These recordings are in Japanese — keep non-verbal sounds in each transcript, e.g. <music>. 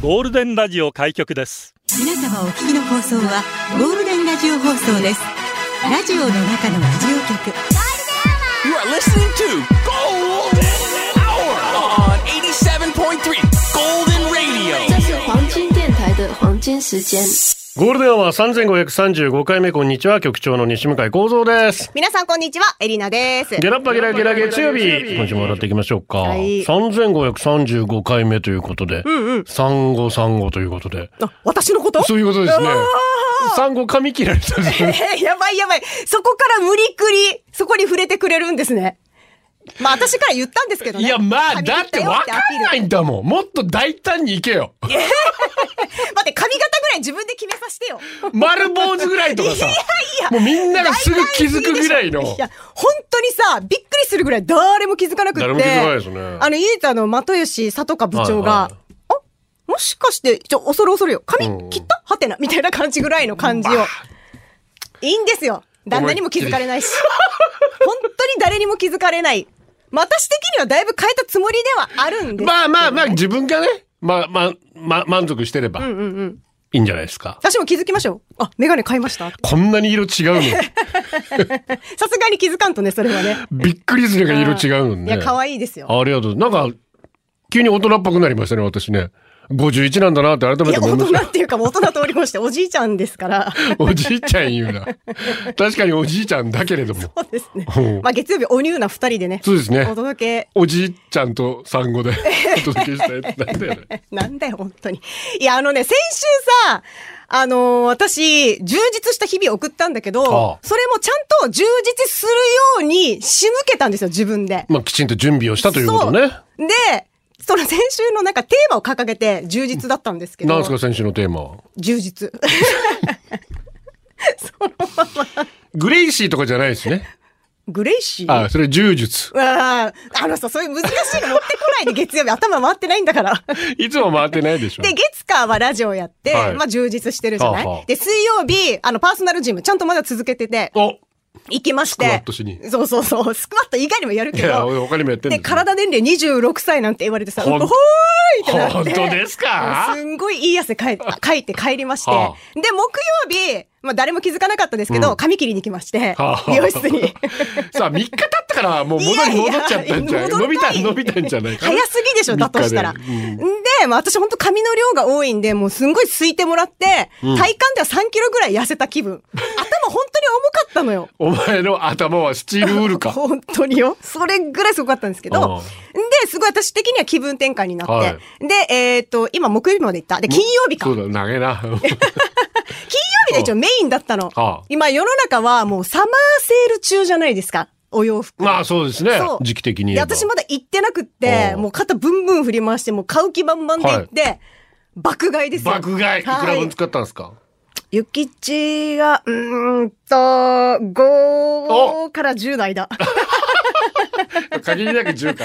ゴールデンラジオ開局です皆様お聞きの放送はゴールデンラジオ放送ですラジオの中のラジオ局 You are listening to Golden Hour on 87.3 Golden Radio. 这是黄金电台的黄金时间。ゴールデンは三千五百三十五回目こんにちは局長の西向井光三です。皆さんこんにちは、エリナです。ゲラッパゲラゲラ月曜日今週も笑っていきましょうかはい。三千五百三十五回目ということで、三五三五ということで、あ、私のことそういうことですねうわ。三五噛み切られたんですえね。ー <laughs> やばいやばい。そこから無理くり、そこに触れてくれるんですね。まあ私から言ったんですけどいね。やまあ髪だっ切ってたよわアピかんールないんだもん。もっと大胆にいけよ。待って、髪型ぐらい自分で決めさせてよ。丸坊主ぐらいとかさいやいや。もうみんながすぐ気づくぐらいの。いや、本当にさ、びっくりするぐらい誰も気づかなくって。誰も気づかないですねあの、イータの又吉里香部長が、はいはあ、もしかして、ちょ、恐る恐るよ。髪うん切ったはてな、みたいな感じぐらいの感じを。いいんですよ。旦那にも気づかれないし。本当に誰にも気づかれない。まあ私的にはだいぶ変えたつもりではあるんです。まあまあまあ自分がね、まあまあ、ま、満足してれば、いいんじゃないですか。私も気づきましょう。あ、メガネ買いました。こんなに色違うさすがに気づかんとね、それはね。の。びっくりするが色違うのね。いや、可い愛いですよ。ありがとう。なんか、急に大人っぽくなりましたね、私ね。51なんだなって改いめや、て思い大まし人たっ。ていうか、もう大人通り越して、おじいちゃんで <laughs> すから。おじいちゃん言うな。確かにおじいちゃんだけれども。そうですねうん。まあ、月曜日、おニューな二人でね。そうですねお届おじいちゃんと産 <laughs> 後でお届けしたいってなんだよね。け。なんだよ、本当に。いや、あのね、先週さ、あのー私、充実した日々を送ったんだあけあど、それもちゃんと充実するように仕向けたんですよ、自分で。まあきちんと準備をしたということね。そうで、その先週のなんかテーマを掲げて充実だったんですけど。なんですか、先週のテーマは。充 <laughs> 実。グレイシーとかじゃないですね。グレイシー。あ、それ柔術。ああのさ、そういう難しいの持ってこないで月曜日頭回ってないんだから。いつも回ってないでしょ。で、月火はラジオやって、はいまあ充実してるじゃない、はあはあで、水曜日、あの、パーソナルジム、ちゃんとまだ続けてて、お行きまして。スクワットしにそうそうそう。スクワット以外にもやるいけや、ど。他にもやってんでで、すね体年齢26歳なんて言われてさ、ほんほーいってなって。本当ですかすんごいいい汗かいかいて帰りまして。はで、木曜日、まあ誰も気づかなかったですけど、髪切りに来まして、はあ美容室に。 <laughs> さあ、3日経ったから、もう戻りいやいや戻っちゃったんじゃない戻伸びんなた、い伸びたんじゃないかな早すぎでしょ、だとしたら。三で日でうんまあ私本当髪の量が多いんで、もうすんごいすいてもらって、体感では3キロぐらい痩せた気分。頭本当に重かったのよ。お前の頭はスチールウールか。本当によ。それぐらいすごかったんですけああど、で、すごい私的には気分転換になって、はいで、えっ、と、今木曜日まで行った。で、 <laughs> 金曜日か。そ <laughs> 金うだ、投げな。曜日が一応メインだったの。ああ今世の中はもうサマーセール中じゃないですか。お洋服。まあ、そうですねそ。う時期的に言でえば。私まだ行ってなくってお、うもう肩ブンブン振り回して、もう買う気満々で行って、爆買いですよ。爆買い、いくらは分い。使ったんです <laughs> かゆきちが、うーんと、5から10の間。 <laughs> 限りなく10か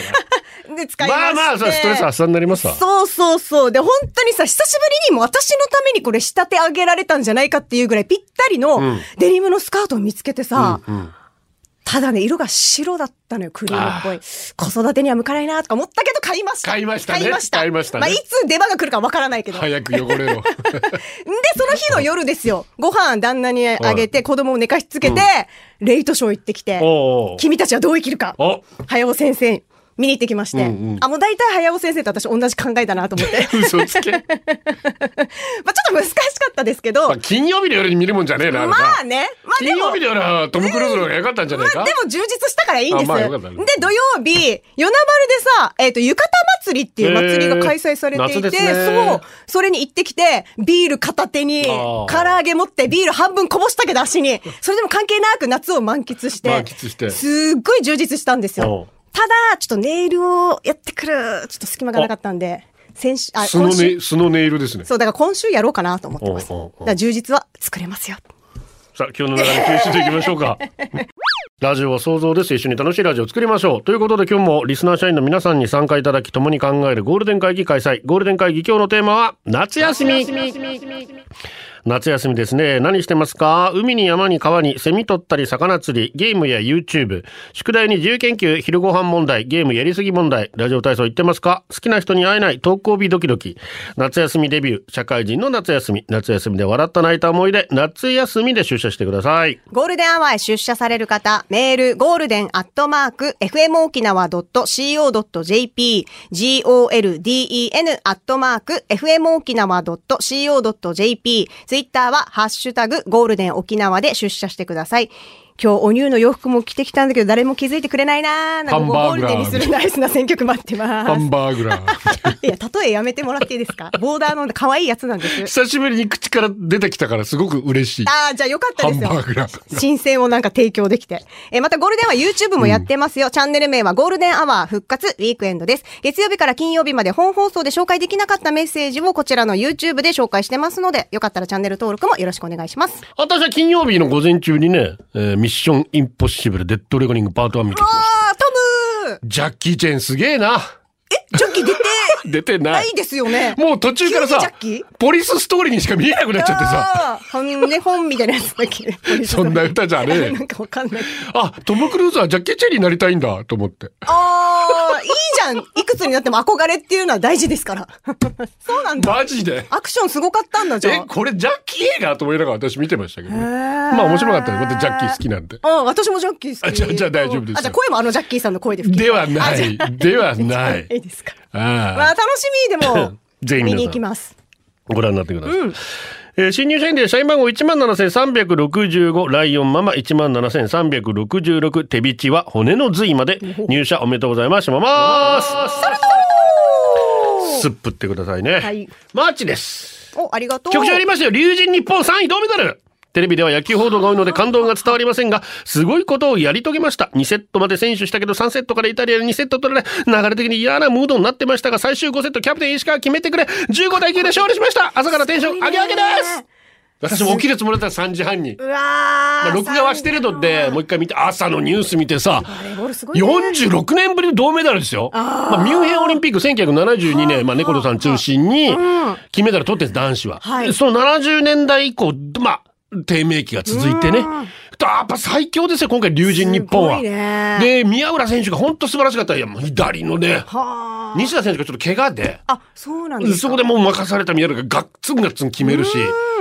な。で、使いましまあてまあ、そうストレス発散になりますわ。そうそうそう。で、本当にさ、久しぶりにもう私のためにこれ仕立て上げられたんじゃないかっていうぐらいぴったりのんデニムのスカートを見つけてさ、うんうんただね、色が白だったのよ、クリームっぽい。子育てには向かないなとか思ったけど買いました。買いましたね買いました。買いましたねあ、いつ出番が来るかわからないけど。早く汚れろ。 <laughs> で、その日の夜で <laughs> すよ。ご飯旦那にあげて、子供を寝かしつけて、レイトショー行ってきて、おうおう君たちはどう生きるかお、早尾先生、見に行ってきまして、うんうんあ、もう大体早尾先生と私同じ考えだなと思って。嘘つけ。まあちょっと難しかったですけど、まあ金曜日の夜に見るもんじゃねえな。あれなまあね、まあで金も、曜日の夜はトム・クルーズの方が良かったんじゃないまかあでも充実したからいいんです。あまあよかったねで、土曜日、与那原でさ、えっ、と、浴衣祭りっていう祭りが開催されていへー夏て、ですねそう、それに行ってきて、ビール片手に、あー唐揚げ持って、ビール半分こぼしたけど足に、それでも関係なく夏を満喫して、満喫してすっごい充実したんですおうよ。ただ、ちょっとネイルをやってくる、ちょっと隙間がなかったんで、先週、あ、素の今週ね、素の音色ですね。そう、だから今週やろうかなと思ってます。おうおうおうだから充実は作れますよ。さあ、今日の流れ吸収していきましょうか。ラジオは想像です。一緒に楽しいラジオを作りましょう。ということで今日もリスナー社員の皆さんに参加いただき、共に考えるゴールデン会議開催。ゴールデン会議今日のテーマは、夏休み。夏休みですね。何してますか海に山に川に、セミ取ったり魚釣り、ゲームや YouTube、宿題に自由研究、昼ご飯問題、ゲームやりすぎ問題、ラジオ体操行ってますか好きな人に会えない、投稿日ドキドキ、夏休みデビュー、社会人の夏休み、夏休みで笑った泣いた思い出、夏休みで出社してください。ゴールデンアワーへ出社される方、メール、ゴールデンアットマーク、fmokinawa.co.jp、golden アットマーク、fmokinawa.co.jp、ツイッターは、ハッシュタグ、ゴールデン沖縄で出社してください。今日、お乳の洋服も着てきたんだけど、誰も気づいてくれないなーなんかハンゴバーールグラーデンにするナイスな選曲待ってまハすン。バーグラー。 <laughs> いや、例えやめてもらっていいですかボーダーの可愛いやつなんです。久しぶりに口から出てきたからすごく嬉しい。ああ、じゃあよかったハでンすよ。バーグラー。 <laughs> 新鮮をなんか提供できて。えーまたゴールデンは YouTube もやってますよ。チャンネル名はゴールデンアワー復活ウィークエンドです。月曜日から金曜日まで本放送で紹介できなかったメッセージをこちらの YouTube で紹介してますので、よかったらチャンネル登録もよろしくお願いします。私は金曜日の午前中にね、えーミッションインポッシブル、デッドレコニングパート1見てきました。あー、トムジャッキー・チェーンすげえな。ーチョキ出て <laughs> 出てなないい。ですよね。もう途中からさ急にジャッキー、ポリスストーリーにしか見えなくなっちゃってさ。あー本ね、本みたいなやつだっ <laughs> け <laughs> そんな歌じゃねえ <laughs> なんかわかんない。あ、トム・クルーズはジャッキー・チェンになりたいんだと思って。あー、いいじゃん。いくつになっても憧れっていうのは大事ですから。 <laughs> そうなんだ。マジで。アクションすごかったんだ、じゃえあ、。これジャッキー映画と思いながら私見てましたけどね。ままあ面白かったです。私ジャッキー好きなんで。うん、私もジャッキー好あき。じゃあじゃあ大丈夫ですあ、じゃあ声もあのジャッキーさんの声で吹きではなあじい。ではないゃあ。いいですか。まあああ。楽しみでも <laughs> ぜひ皆さん見に行きます。ご覧になってください。えー新入社員で社員番号17,365、ライオンママ17,366、手引きは骨の髄まで入社おめでとうございます。します。すっぷってくださいね。はいマーチです。お、ありがとう。局長ありますよ。龍神日本3位銅メダルテレビでは野球報道が多いので感動が伝わりませんが、すごいことをやり遂げました。2セットまで選手したけど3セットからイタリアに2セット取られ、流れ的に嫌なムードになってましたが、最終5セットキャプテン石川決めてくれ、15対9で勝利しました朝からテンション上げ上げです私も起きるつもりだったら3時半に。うわまあー。録画はしてるので、もう一回見て、朝のニュース見てさ、ゴールすごいね46年ぶりの銅メダルですよ。まあ、ミュンヘンオリンピック1972年、まあ、猫コさん中心に、金メダル取ってる男子は。はいその70年代以降、まあ、低迷期が続いてね。やっぱ最強ですよ、今回、龍神日本すは。ごいねで、宮浦選手が本当素晴らしかった。いや、もう左のね、はー西田選手がちょっと怪我で、あ、そうなんですそかこ。でもう任された宮浦がガッツンガッツン決めるし、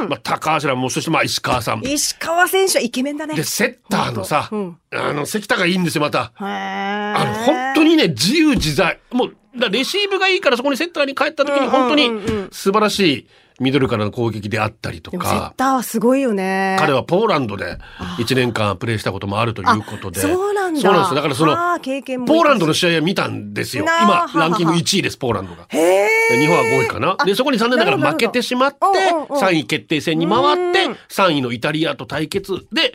まあ、高橋らも、そしてまあ、石川さんも。石川選手はイケメンだね。で、セッターのさ、うんあの、関田がいいんですよ、また。ああの、本当にね、自由自在。もう、だレシーブがいいから、そこにセッターに帰った時に、本当にうんうんうん素晴らしいミドルからの攻撃であったりとでもセッか、ターはすごいよね。彼はポーランドで1年間プレーしたこともあるということで。あそうなんだそうなんですよ。だからそあの、ー経験もポーランドの試合は見たんですよ。なあは今は、はランキング1位です、ポーランドが。へー。日本は5位かな。で、そこに残念ながら負けてしまって、なるほどなるほどおうおうおう3位決定戦に回って、3位のイタリアと対決で、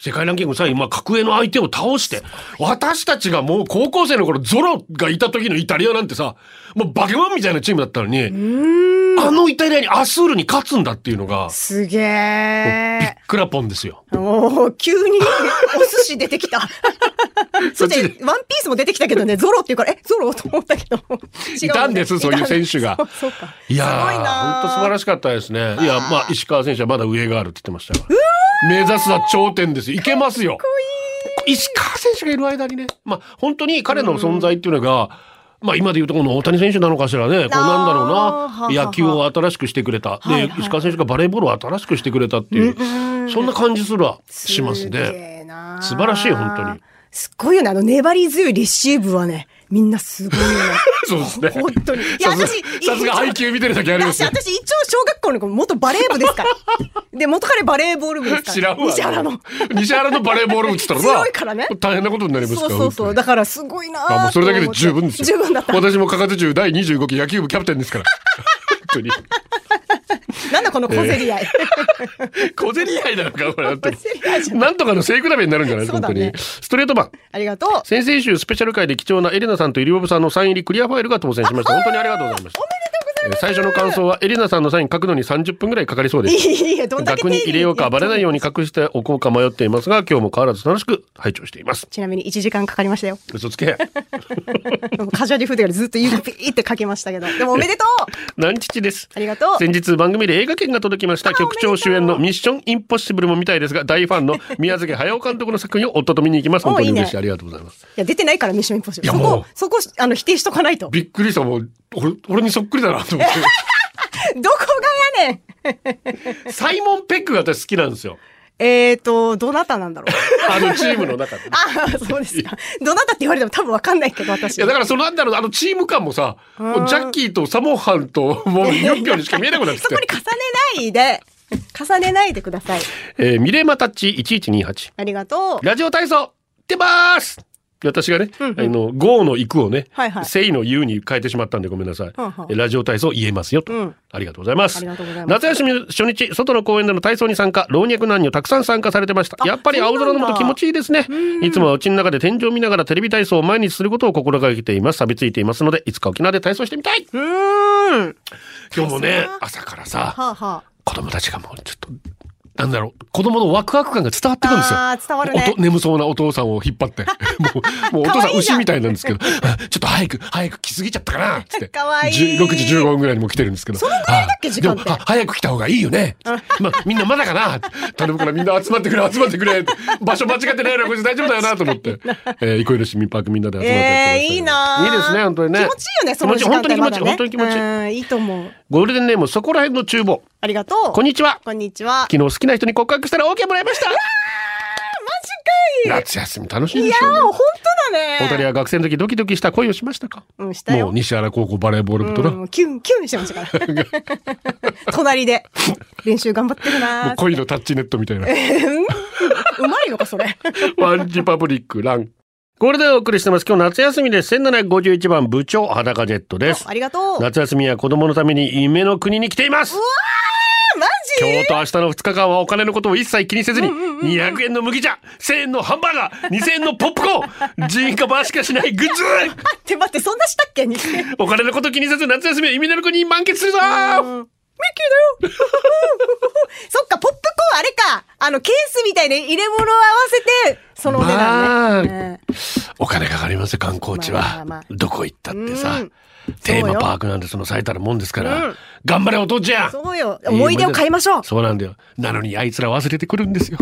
世界ランキング3位、まあ、格上の相手を倒して、私たちがもう高校生の頃、ゾロがいた時のイタリアなんてさ、もうバケモンみたいなチームだったのに、あのイタリアにアスールに勝つんだっていうのが、すげびっー。くらぽんですよ。おお急に <laughs> お寿司出 <laughs> てきた。そして、ワンピースも出てきたけどね、ゾロっていうから、え、ゾロと思ったけど。違いたんですそういう選手がいたんですそうそうか。いやすごいー、な本当素晴らしかったですね。いや、まあ、石川選手はまだ上があるって言ってましたから。目指すは頂点ですよ。いけますよ。石川選手がいる間にね、まあ、本当に彼の存在っていうのが、まあ、今でいうとこの大谷選手なのかしらね、こうなんだろうはははな、野球を新しくしてくれた。はいでは、い石川選手がバレーボールを新しくしてくれたっていう、そんな感じすらしますすげね。ーな素晴らしい本当に。すっごいよね、あの粘り強いレシーブはね、みんなすごいよね。 <laughs> そうですね。本当に。いさすや、が私、さすが配球見てるだけあります私、ね。私一応小学校の子、元バレー部ですから。で、元彼バレーボール部ですか <laughs> ら。知らんわ。西原の。西原のバレーボール打ってたらな。強いからね大変なことになりますかそら。うそうそ本う。当にだからすごいなーあ、もうそれだけで十分ですよ。と思って十分だった。私もかかず中第25期野球部キャプテンですから。本当に。なんだこの小競り合い。小競り合いなのか、これ。本当に <laughs> 小競り合いじゃなんとかの背比べになるんじゃないそう本だ当ねに。ストレート版。ありがとう。おめで先々週スペシャル回で貴重なエレナさんとイリオブさんのサイン入りクリアファイルが当選しました。本当にありがとうございました。とうございまえす。ー最初の感想はエリナさんのサイン書くのに30分ぐらいかかりそうでいす。やいや、どんだけ額に入れようかバレないように。に隠しておこうか迷っていますが、今日も変わらず楽しく拝聴しています。ちなみに1時間かかりましたよ。嘘つけ。カジュアリフードよりずっと指ピーって書きましたけど。でもおめでとう何父です。ありがとう先日番組で映画券が届きました。局長主演のミッションインポッシブルも見たいですが、大フ <laughs> ァンの宮崎駿監督の作品を夫と見に行きます。お本当にいいね嬉しい。ありがとうございます。いや、出てないからミッションインポッシブル。いそやもこう、そこ、あの、否定しとかないと。びっくりした。もう、俺、俺にそっくりだなと思って。どこがやね <laughs> んサイモン・ペックが私好きなんですよ。えーと、どなたなんだろ <laughs> う。あのチームの中で。い <laughs> ああ、そうですか。どなたって言われても多分わかんないけど、私。や、だからそのなんだろう、あのチーム感もさ、もうジャッキーとサモハンと、もうニョッキョンにしか見えなくなってき <laughs> そこにて。重ねないで、重ねないでください。えーミレマタッチ1128。ありがとう。ラジオ体操出ます私がね、うんうんあの、ゴーの行くをね、はいはいセイの言うに変えてしまったんでごめんなさい。んはんえラジオ体操言えますよと、うんありがとうございます。ありがとうございます夏休み初日、外の公園での体操に参加、老若男女たくさん参加されてました。やっぱり青空のもと気持ちいいですね。いつもは家の中で天井を見ながらテレビ体操を毎日することを心がけています。錆びついていますので、いつか沖縄で体操してみたいうーん。今日もね、朝からさ、はあは子供たちがもうちょっと、なんだろう、子供のワクワク感が伝わってくるんですよ。あー伝わるねおと眠そうなお父さんを引っ張って。も <laughs> う、もうお父さん牛みたいなんですけど、あちょっと早く、早く来すぎちゃったかなっつ <laughs> って。かわいいじゅ6時15分ぐらいにも来てるんですけど。そのぐらいだっけ時間ってでも、あ早く来た方がいいよね。ま、みんなまだかな頼むからみんな集まってくれ、集まってくれ。場所間違ってないな、これ大丈夫だよなと思 <laughs> って。えー、憩いの市民パークみんなで集まってやってましたえけー、どいいなーいいですね、本当にね。気持ちいいよね、その時間気帯持まちいだいね。本当に気持ちいい、本当に気持ちいい。うん、いいと思う。ゴールデンネーム、そこら辺の厨房。ありがとう。こんにちは。こんにちは。昨日好きな人に告白したら OK もらいましたマジかい。夏休み楽しいいでやしょうー、ね本当だね。お二人は学生の時ドキドキした恋をしましたかうん、したよ。もう西原高校バレーボール部とな。うん、キュンキュンしてましたから <laughs> 隣で練習頑張ってるもなうー恋のタッチネットみた <laughs> いな。うまいのかそ <laughs> れワンジパブリックラン。これでお送りしてます。今日夏休みです。1751番部長裸ジェットです。ありがとう夏休みは子供のために夢の国に来ていますマジ今日と明日の2日間はお金のことを一切気にせずに、200円の麦茶、1000円のハンバーガー、2000円のポップコー <laughs> ン、人かばしかしないグッズ待って待ってそんなしたっけにミッキーだよお金のこと気にせず夏休みは夢の国に満喫するぞ <laughs> そっかポップコーンあれかあのケースみたいに入れ物を合わせてそのお値段ね、うんお金かかりますよ観光地は、まあまあまあどこ行ったってさ、うんテーマパークなんてその最たるもんですから、うん頑張れお父ちゃんそうよ思い出を買いましょうそうなんだよなのにあいつら忘れてくるんです <laughs> よ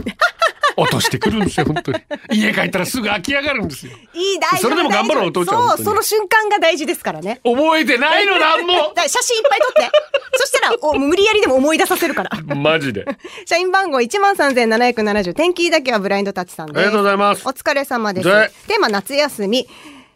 落としてくるんですよ本当に家帰ったらすぐ飽き上がるんですよいい大丈夫それでも頑張ろう大丈夫お父ちゃん本当にそうその瞬間が大事ですからね覚えてないのなん <laughs> だから写真いっぱい撮ってそしたらお無理やりでも思い出させるからもマジで <laughs> 社員番号1万3770天気だけはブラインドタッチさんですありがとうございますお疲れ様ですでテーマ夏休み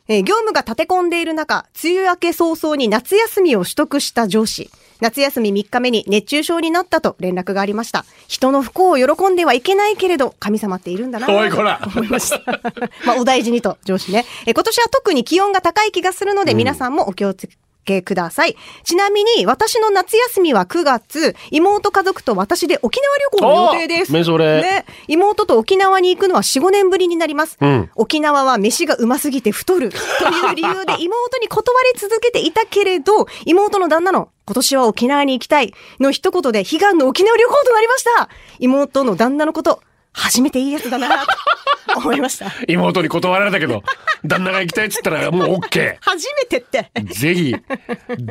えー業務が立て込んでいる中、梅雨明け早々に夏休みを取得した上司。夏休み3日目に熱中症になったと連絡がありました。人の不幸を喜んではいけないけれど、神様っているんだな。おいこらと思いました。 <laughs> まあ、お大事にと、上司ね。えー今年は特に気温が高い気がするので、皆さんもお気をつけください。ちなみに、私の夏休みは9月、妹家族と私で沖縄旅行の予定です。おーめそれね、妹と沖縄に行くのは4、5年ぶりになります。ん沖縄は飯がうますぎて太るという <laughs> 理由で妹に断り続けていたけれど、妹の旦那の今年は沖縄に行きたいの一言で悲願の沖縄旅行となりました。妹の旦那のこと、初めていいやつだなと思いました。妹に断られたけ <laughs> ど旦那が行きたいっつったらもう OK 初めてって。ぜひ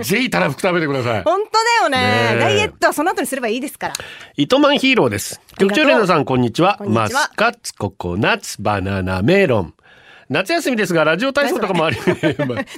ぜひたらふく食べてください本当だねよねえダイエットはその後にすればいいですから。糸満ヒーローです。あり局がと長うレナさん、こんにちは。こんにちはマスカッツ、ココナッツ、バナナ、メロン。夏休みですが、ラジオ体操とかもあり、 <laughs> まあ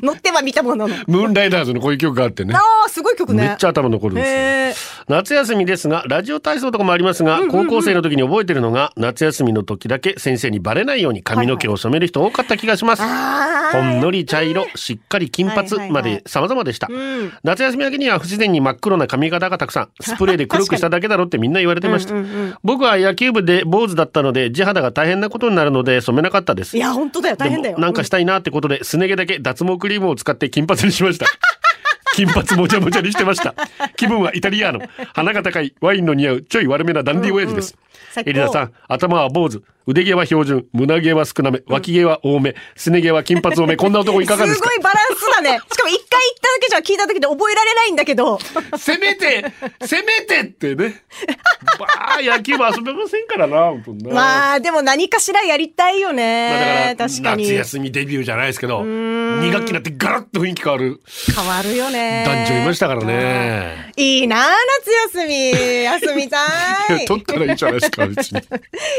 乗っては見たものの。ムーンライダーズのこういう曲があってね。ああ、すごい曲ね。めっちゃ頭残るんへでえすよ。夏休みですが、ラジオ体操とかもありますが、高校生の時に覚えてるのが、夏休みの時だけ先生にバレないように髪の毛を染める人多かった気がします。あほんのり茶色、しっかり金はいはいは髪いまで様々でした。ん夏休み明けには不自然に真っ黒な髪型がた <laughs> くさん、スプレーで黒くしただけだろってみんな言われてました。僕は野球部で坊主だったので、地肌が大変なことになるので染めなかったです。いや、本当だよ。大変でだよ。もなんかしたいなってことで、すね毛だけ脱毛クリームを使って金髪にし <laughs> ました。金髪もじゃもじゃにしてました。気分はイタリアーノ。鼻が高い、ワインの似合う、ちょい悪めなダンディー親父です。うんうんエリナさん、頭は坊主、腕毛は <laughs> 標準、胸毛は少なめ、脇毛は多め、すね毛は金髪多め、こんな男いかがですかすごいバランス <laughs> よね。しかも一回言っただけじゃ聞いただけで覚えられないんだけど。せめて、せめてって <laughs> ね。まあ、野球部遊べませんからな、本当にな。まあ、でも何かしらやりたいよね。確かに。夏変休みデビューじゃないですけど、2学期になってガラッと雰囲気変わるわるよね。男女いましたからね。いいなあ夏休み。 <laughs> 休みたい。取ったらいいじゃない <laughs> ですか、別に。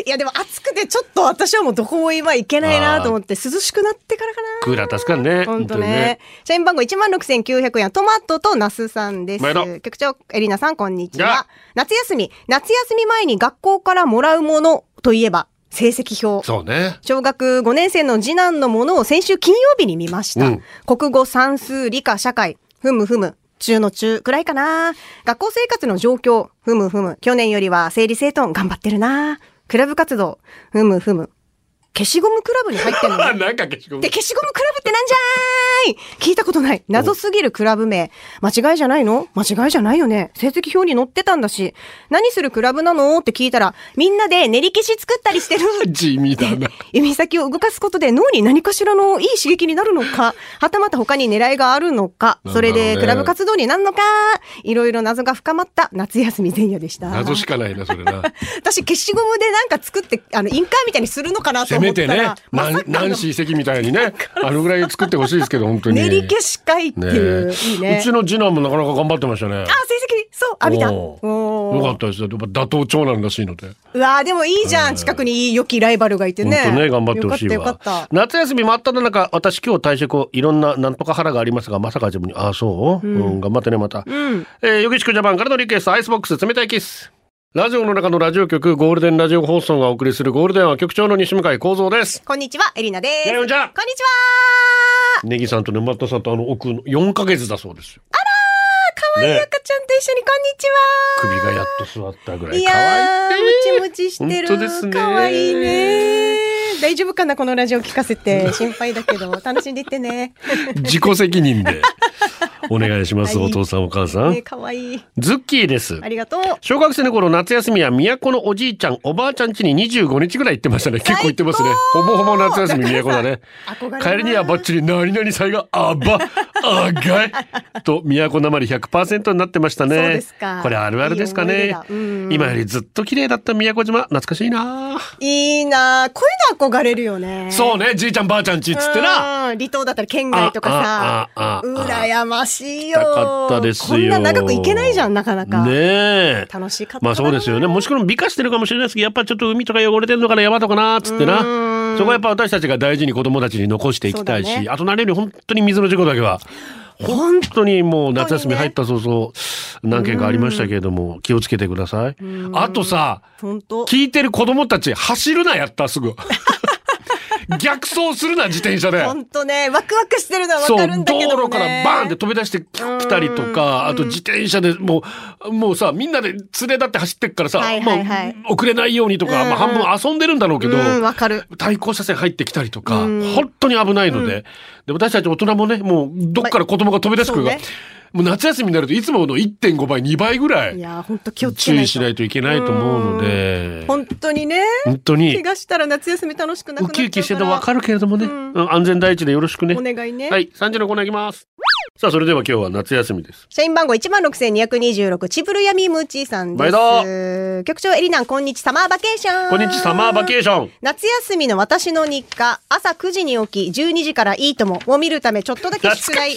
いや、でも暑くてちょっと私はもうどこも今行けないなと思って、涼しくなってからかな。クーラー助かるね。本当にね。。社員番号16,900円はトマトとナスさんで毎度す。局長、エリナさん、こんにちやはあ。夏休み、夏休み前に学校からもらうものといえば、成績表。そうね。小学5年生の次男のものを先週金曜日に見ました。うん国語、算数、理科、社会、ふむふむ、中の中くらいかな。学校生活の状況、ふむふむ、去年よりは整理整頓頑張ってるな。クラブ活動、ふむふむ、消しゴムクラブに入ってるのねあ、 <laughs> なんか消しゴムで、。消しゴムクラブってなんじゃーい聞いたことない。謎すぎるクラブ名。間違いじゃないの間違いじゃないよね。成績表に載ってたんだし。何するクラブなのって聞いたら、みんなで練り消し作ったりしてる。 <laughs> 地味だ <laughs> な。指先を動かすことで脳に何かしらのいい刺激になるの <laughs> か、はたまた他に狙いがあるのか、なんだろうねそれでクラブ活動になるのか、いろいろ謎が深まった夏休み前夜でした。謎しかないな、それな。 <laughs> 私消しゴムでなんか作って、あの、インカーみたいにするの <laughs> かなとせ思めったてら。ね、まさナかンナンシー関みたいに <laughs> ね、あのぐらい作ってほしいですけど、本当に。練り消し会っていう、ねいいね。うちの次男もなかなか頑張ってましたね。あ、成績、そう、あ、見た。おーおーよかったですよ。やっぱ打倒長男らしいので。うわーでもいいじゃん。近くにいい良きライバルがいて本ね。当ね、頑張ってほしいわ。よかった、よかった。夏休み真っただ中、私今日退職をいろんななんとか腹がありますが、まさか自分に、ああ、そう、うん、頑張ってね、また。うん。えー、ヨギシクジャパンからのリクエスト、アイスボックス、冷たいキス。ラジオの中のラジオ局、ゴールデンラジオ放送がお送りするゴールデンは局長の西向井幸三です。こんにちは、エリナです。やいこんおんにちゃんちはネギさんと沼田さんとあの奥の4ヶ月だそうですよ。かわいいね赤ちゃんと一緒にこんにち首がやっと座ったぐはらい。い可や愛いね。ー、もちもちしてる。本当ですねかわいいね。大丈夫かなこのラジオ聞か <laughs> せて。心配だけど、楽しんでいってね。自己責任 <laughs> で。お願いします、はいお父さんお母さん。ね、かわいい。ズッキーですあ。りがとう。小学生の頃夏休みは都のおじいちゃんおばあちゃん家に25日ぐらい行ってましたね結構行ってますねほぼほぼ夏休み都だね憧れます帰りにはばっちり何々祭があばあがいと都なまり100%になってましたねそうですかこれあるあるですかねいい思い出だうん今よりずっと綺麗だった宮古島懐かしいないいなー。こういうの憧れるよね。そうねじいちゃんばあちゃん家っつってなうん離島だったら県外とかさあああああ羨ましいよ行きたかったですよこんな長く行けないじゃんなかなか、ねえ楽しかったなまあそうですよね。もしくは美化してるかもしれないですけど、やっぱちょっと海とか汚れてるのかな、山とかな、つってな。そこはやっぱ私たちが大事に子供たちに残していきたいそうだし、ねあと何より本当に水の事故だけは、本当にもう夏休み入った早々、何件かありましたけれども、気をつけてください。あとさ、本当聞いてる子供たち、走るな、やった、す <laughs> ぐ。逆走するな、自転車で。本当ねワクワクしてるのはわそかうるんだ道けどね路からバーンって飛び出してき来たりとかあと自転車でもうもうさみんなで連れだって走ってっからさ、はいはいはいもう遅れないようにとか、うんうんまあ、半分遊んでるんだろうけど、うんわかる対向車線入ってきたりとか、本当に危ないので,、で私たち大人もねもうどっから子供が飛び出してくるか、まあそうもう夏休みになるといつもの1.5倍2倍ぐらいいや本当気をつけ注ない意としないといけないと思うので本当にね本当に怪我したら夏休み楽しくなくなウっちキゃうからウキしてるの分かるけれどもね、うんうん安全第一でよろしくね。お願いねはい、3時のコーナー行きます。さあ、それでは今日は夏休みです。社員番号16,226チブルヤミムーチーさん毎です局長エリナンこんにちサマーバケーションこんにちは、サマーバケーション。夏休みの私の日課、朝9時に起き、12時からいいともを見るため、ちょっとだけ宿題。いい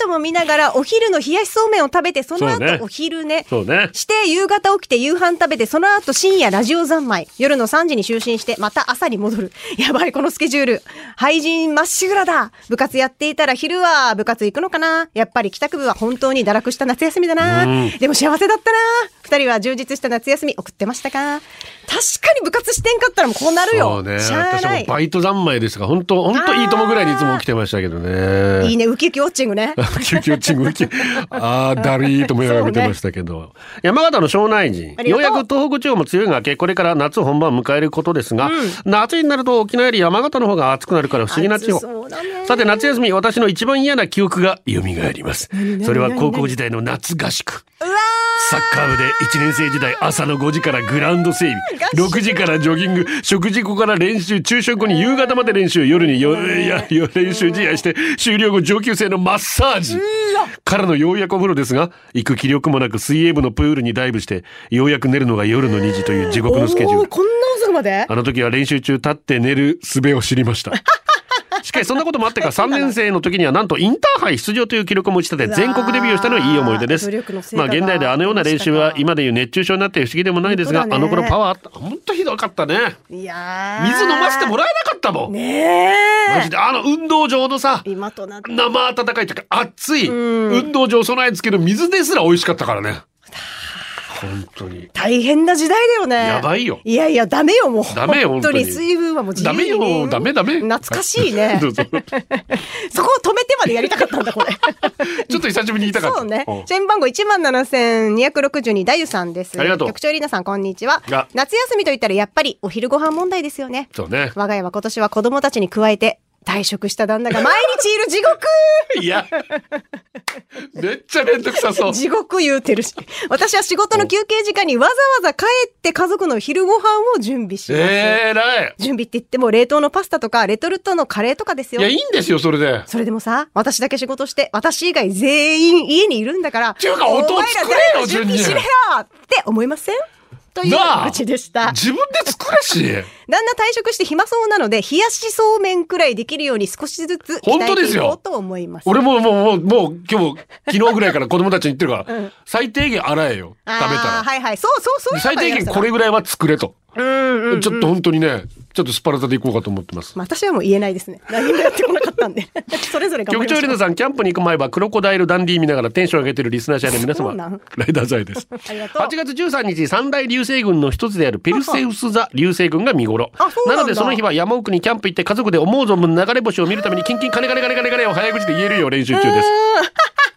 とも見ながら、お昼の冷やしそうめんを食べて、そのそうね後お昼寝。そうね。して、夕方起きて夕飯食べて、その後深夜ラジオ三昧。夜の3時に就寝して、また朝に戻る。 <laughs> やばい、このスケジュール。廃人まっしぐらだ。部活やっていたら昼は部活行くのかなやっぱり帰宅部は本当に堕落した夏休みだな。でも幸せだったな。二人は充実した夏休み送ってましたか確かに部活してんかったらもうこうなるそよ。うね。しゃあ私なもい。バイト三昧でしたが、本当本当いいともぐらいにいつも起きてましたけどね。い <laughs> いね、ウキウキウォッチングね。救急チング <laughs> キああだるいと思いながら見てましたけど、山形の庄内人ありがよとううやく東北地方も梅雨が明けこれから夏本番を迎えることですが、夏になると沖縄より山形の方が暑くなるから不思議な地方暑そうだねさて夏休み私の一番嫌な記憶が蘇りますそれは高校時代の夏合宿うわサッカー部で1年生時代朝の5時からグラウンド整備合宿6時からジョギング食事後から練習昼食後に夕方まで練習夜によいやよ練習試合して終了後上級生のマッサージからのようやくお風呂ですが行く気力もなく水泳部のプールにダイブしてようやく寝るのが夜の2時という地獄のスケジュールおーこんな遅くまであの時は練習中立って寝る術を知りま <laughs> した。しかしそんなこともあってか3年生の時にはなんとインターハイ出場という記録も打ち立て全国デビューをしたのはいい思い出です努力の。成まあ果が現代であのような練習は今でいう熱中症になって不思議でもないですが、本当あだねの頃パワーあった。ほんとひどかったね。いやー水飲ませてもらえなかったもん。マねジであの運動場のさえ、今となって生温かいというか熱い運動場備え付けの水ですら美味しかったからね。本当に。大変な時代だよね。やばいよいやいや、ダメよ、もう。ダメよ本当本に。当に水分はもう自ダ由メにねよ、ダメダメ。。懐かしいね <laughs> どうぞそこを止めてまでやりたかったんだ、これ。ちょっと久しぶ <laughs> りに言いたかった。そうねん。社員番号1万7262、ダユさんです。ありがとう局長エリナさん、こんにちはが。夏休みと言ったらやっぱりお昼ご飯問題ですよね。そうね。我が家は今年は子供たちに加えて、退職した旦那が毎日いる地獄いや、めっちゃめんどくさ <laughs> そう。 <laughs> 地獄言うてるし。私は仕事の休憩時間にわざわざ帰って家族の昼ご飯を準備します。えらい。準備って言っても冷凍のパスタとかレトルトのカレーとかですいよや、い。いんですよ、それで。それでもさ、私だけ仕事して、私以外全員家にいるんだから、ていうか音を作れよお前ら全部準備しれよって思いませんというなあ愚痴でした。自分で作れし。 <laughs> 旦那退職して暇そうなので、冷やしそうめんくらいできるように少しずつ鍛えていこうと思います。俺もうもう、もう、もう、今日、昨日ぐらいから子供たちに言ってるから、最低限洗えよ。食べたあーら。はいはい。そうそうそう。最低限これ。ぐらいは作れと。ちょっと本当にね、ちょっとスパルタでいこうかと思ってます。まあ、私はもう言えないですね。何もやってこなかった <laughs> んで。それぞれ頑局張りま長エしリょうナさん、キャンプに行く前はクロコダイルダンディー見ながらテンション上げてるリスナー社の皆 <laughs> そうな様ん、ライダーザイです。ありがとう。 8月13日三大流星群の一つであるペルセウス座流星群が見頃あそうなんだのでその日は山奥にキャンプ行って家族で思う存分流れ星を見るためにキンキンカネカネカネカネカネを早口で言えるよう練習中です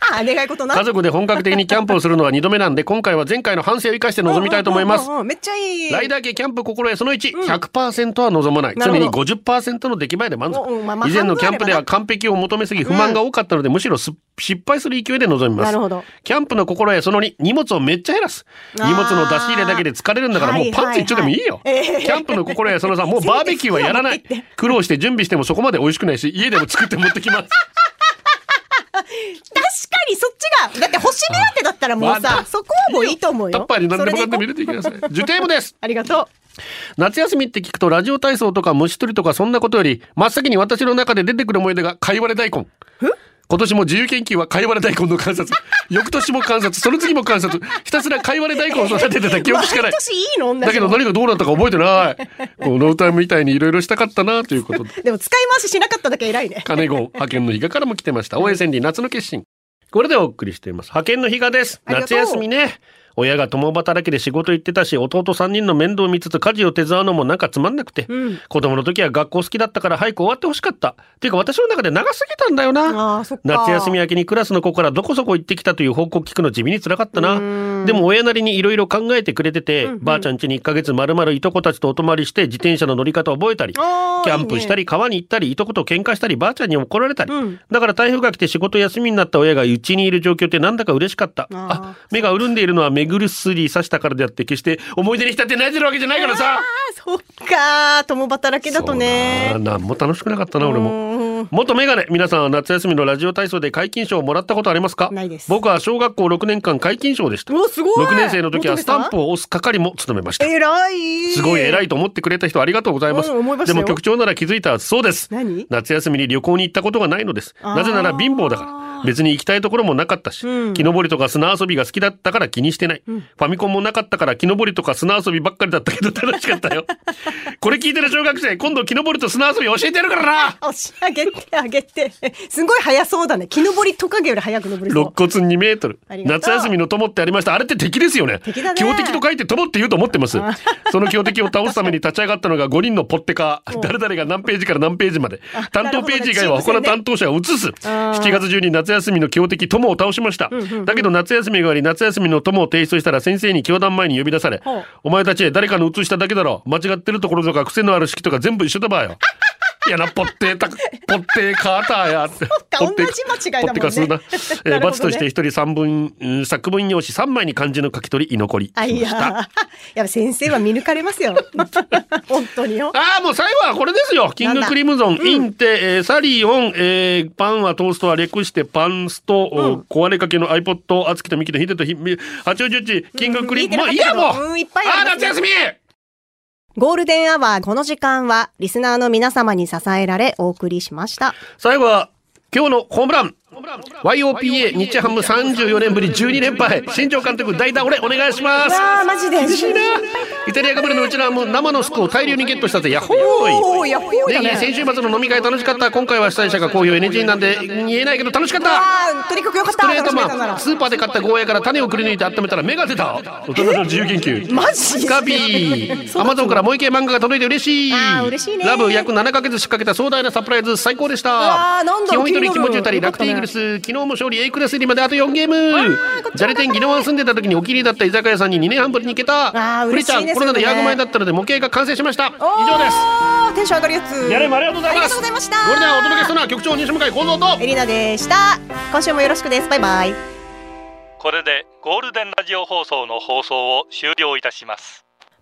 あ、願い事な。家族で本格的にキャンプをするのは2度目なんで今回は前回の反省を生かして臨みたいと思いますうんうんうんうん。めっちゃいい。ライダー系キャンプ心得その1、100%は望まない。な常るほどに50%の出来栄えで満足おおまあまあ。以前のキャンプでは完璧を求めすぎ不満が多かったので、むしろす失敗する勢いで臨みます。なるほどキャンプの心得その2、荷物をめっちゃ減らす。あ荷ー物の出し入れだけで疲れるんだから、はもいうパンツ一丁でもいいよ。はいはいええキャンプの心得その3、もうバーベキューはやらな <laughs> せいめて好きなの持ってき。苦労して準備してもそこまで美味しくないし、家でも作って持ってきます。確かにそっちが、だって星目当てだったらもうまさあ、そこはもういいと思うタよ。ッパーに何でもかんでもそれ入れでいこてきなさい。受験部ですう。ありがとう。夏休みって聞くとラジオ体操とか虫取りとかそんなことより真っ先に私の中で出てくる思い出がかいわれ大根今年も自由研究はかいわれ大根の観 <laughs> 察翌年も観察その次も観察ひたすらかいわれ大根を育ててた記憶しかない毎年いいの <laughs> 同じのだけど何がどうなったか覚えてないこうノータイムみたいにいろいろしたかったなということででも使い回ししなかっただけ偉いね。金子派遣の日賀からも来てました応援戦利夏の決心これでお送りしています派遣の日賀ですありが夏とう休みね親が共働きで仕事行ってたし弟3人の面倒を見つつ家事を手伝うのもなんかつまんなくて、うん子供の時は学校好きだったから早く終わってほしかったっていうか私の中で長すぎたんだよなあー、そっか。夏休み明けにクラスの子からどこそこ行ってきたという報告聞くの地味につらかったうなーんでも親なりにいろいろ考えてくれてて、んうんばあちゃん家に1ヶ月まるまるいとこたちとお泊まりして自転車の乗り方を覚えたりあーキャンプしたいいねり川に行ったりいとこと喧嘩したりばあちゃんに怒られたり、うんだから台風が来て仕事休みになった親が家にいる状況ってなんだか嬉しかったああ目が潤んでいるのは目苦すりさしたからであって決して思い出に浸って泣いてるわけじゃないからさあそっか共働きだとねそう。だな何も楽しくなかったな俺もも。元メガネ皆さんは夏休みのラジオ体操で解禁賞をもらったことありますかないです僕は小学校6年間解禁賞でしたうわすごい6年生の時はスタンプを押す係も務めました偉い。すごい偉い。いと思ってくれた人ありがとうございます。うん思いましでたよも局長なら気づいたそうです。何夏休みに旅行に行ったことがないのです。あーなぜなら貧乏だから。別に行きたいところもなかったし、うん木登りとか砂遊びが好きだったから気にしてない、ファミコンもなかったから木登りとか砂遊びばっかりだったけど楽しか <laughs> ったよ。これ聞いてる小学生、今度木登りと砂遊び教えてやるからな押し上げてあげて。すごい早そうだね。木登りトカゲより早く登りそう肋。骨2メートルあり。がとう夏休みの友ってありました。あれって敵ですよね。敵だね強敵と書いて友って言うと思ってます。その強敵を倒すために立ち上がったのが5人のポッテカー。誰々が何ページから何ページまで。担当ページ以外は他の担当者を移す。7月中に夏休みの強敵友を倒しました。だけど夏休みがあり、夏休みの友を提出したら先生に教団前に呼び出されほう、 <laughs> お前たち誰かの移しただけだろ。間違ってるところとか癖のある式とか全部一緒だばよ。やな、ポッテータ、ポッテーカーターやって。 <laughs> かポッテー同じ間違いだもんねポッテーカスーな。えなーるほどね罰として一人三分、うん作文用紙三枚に漢字の書き取り、居残り。あ、いや、やっぱ先生は見抜かれますよ。 <laughs> 本当によ。ああ、もう最後はこれですよ。キングクリムゾン、インテ、えーサリオン、えーパンはトーストは略してパンスト、お壊れかけの iPod、厚木とミキとヒデとひ、み八王子うち、キングクリうん見てム、なもかういいやもう、ったけどうんいっぱいあありあまー、す夏ね休みゴールデンアワー、この時間は、リスナーの皆様に支えられ、お送りしました。最後は、今日のホームラン。YOPA 日ハム34年ぶり12連敗新庄監督代打俺お願いしますああ、マジで。イタリアガブルのうちのも生のスクを大量にゲットしたぜヤッホーおイー、やっほーネだギね。先週末の飲み会楽しかった今回は主催者が好評 NG なんで言えないけど楽しかったああ、とにかくよかっストた。レート楽しめたなマらンスーパーで買ったゴーヤから種をくり抜いて温めたら芽が出た大人の自由研究マジスカビーアマゾンからもう一回漫画が届いて嬉しいあー嬉しいねラブ約7ヶ月仕掛けた壮大なサプライズ最高でしたわーなんだ基本一人気気にな持るちたり楽天イーグルス昨日も勝利 A クラス入りまであと4ゲームじゃれ天宜野湾住んでた時にお気に入りだった居酒屋さんに2年半ぶりに行けたあーフリ嬉ちしゃいんですよコロナねでヤーグ前だったので模型が完成しました以おー上ですテンション上がるやつ。やれもありがとうございますありがとうございましたゴールデンはお届けしたのは局長西向井幸三とエリナでした。今週もよろしくです。バイバイ。これでゴールデンラジオ放送の放送を終了いたします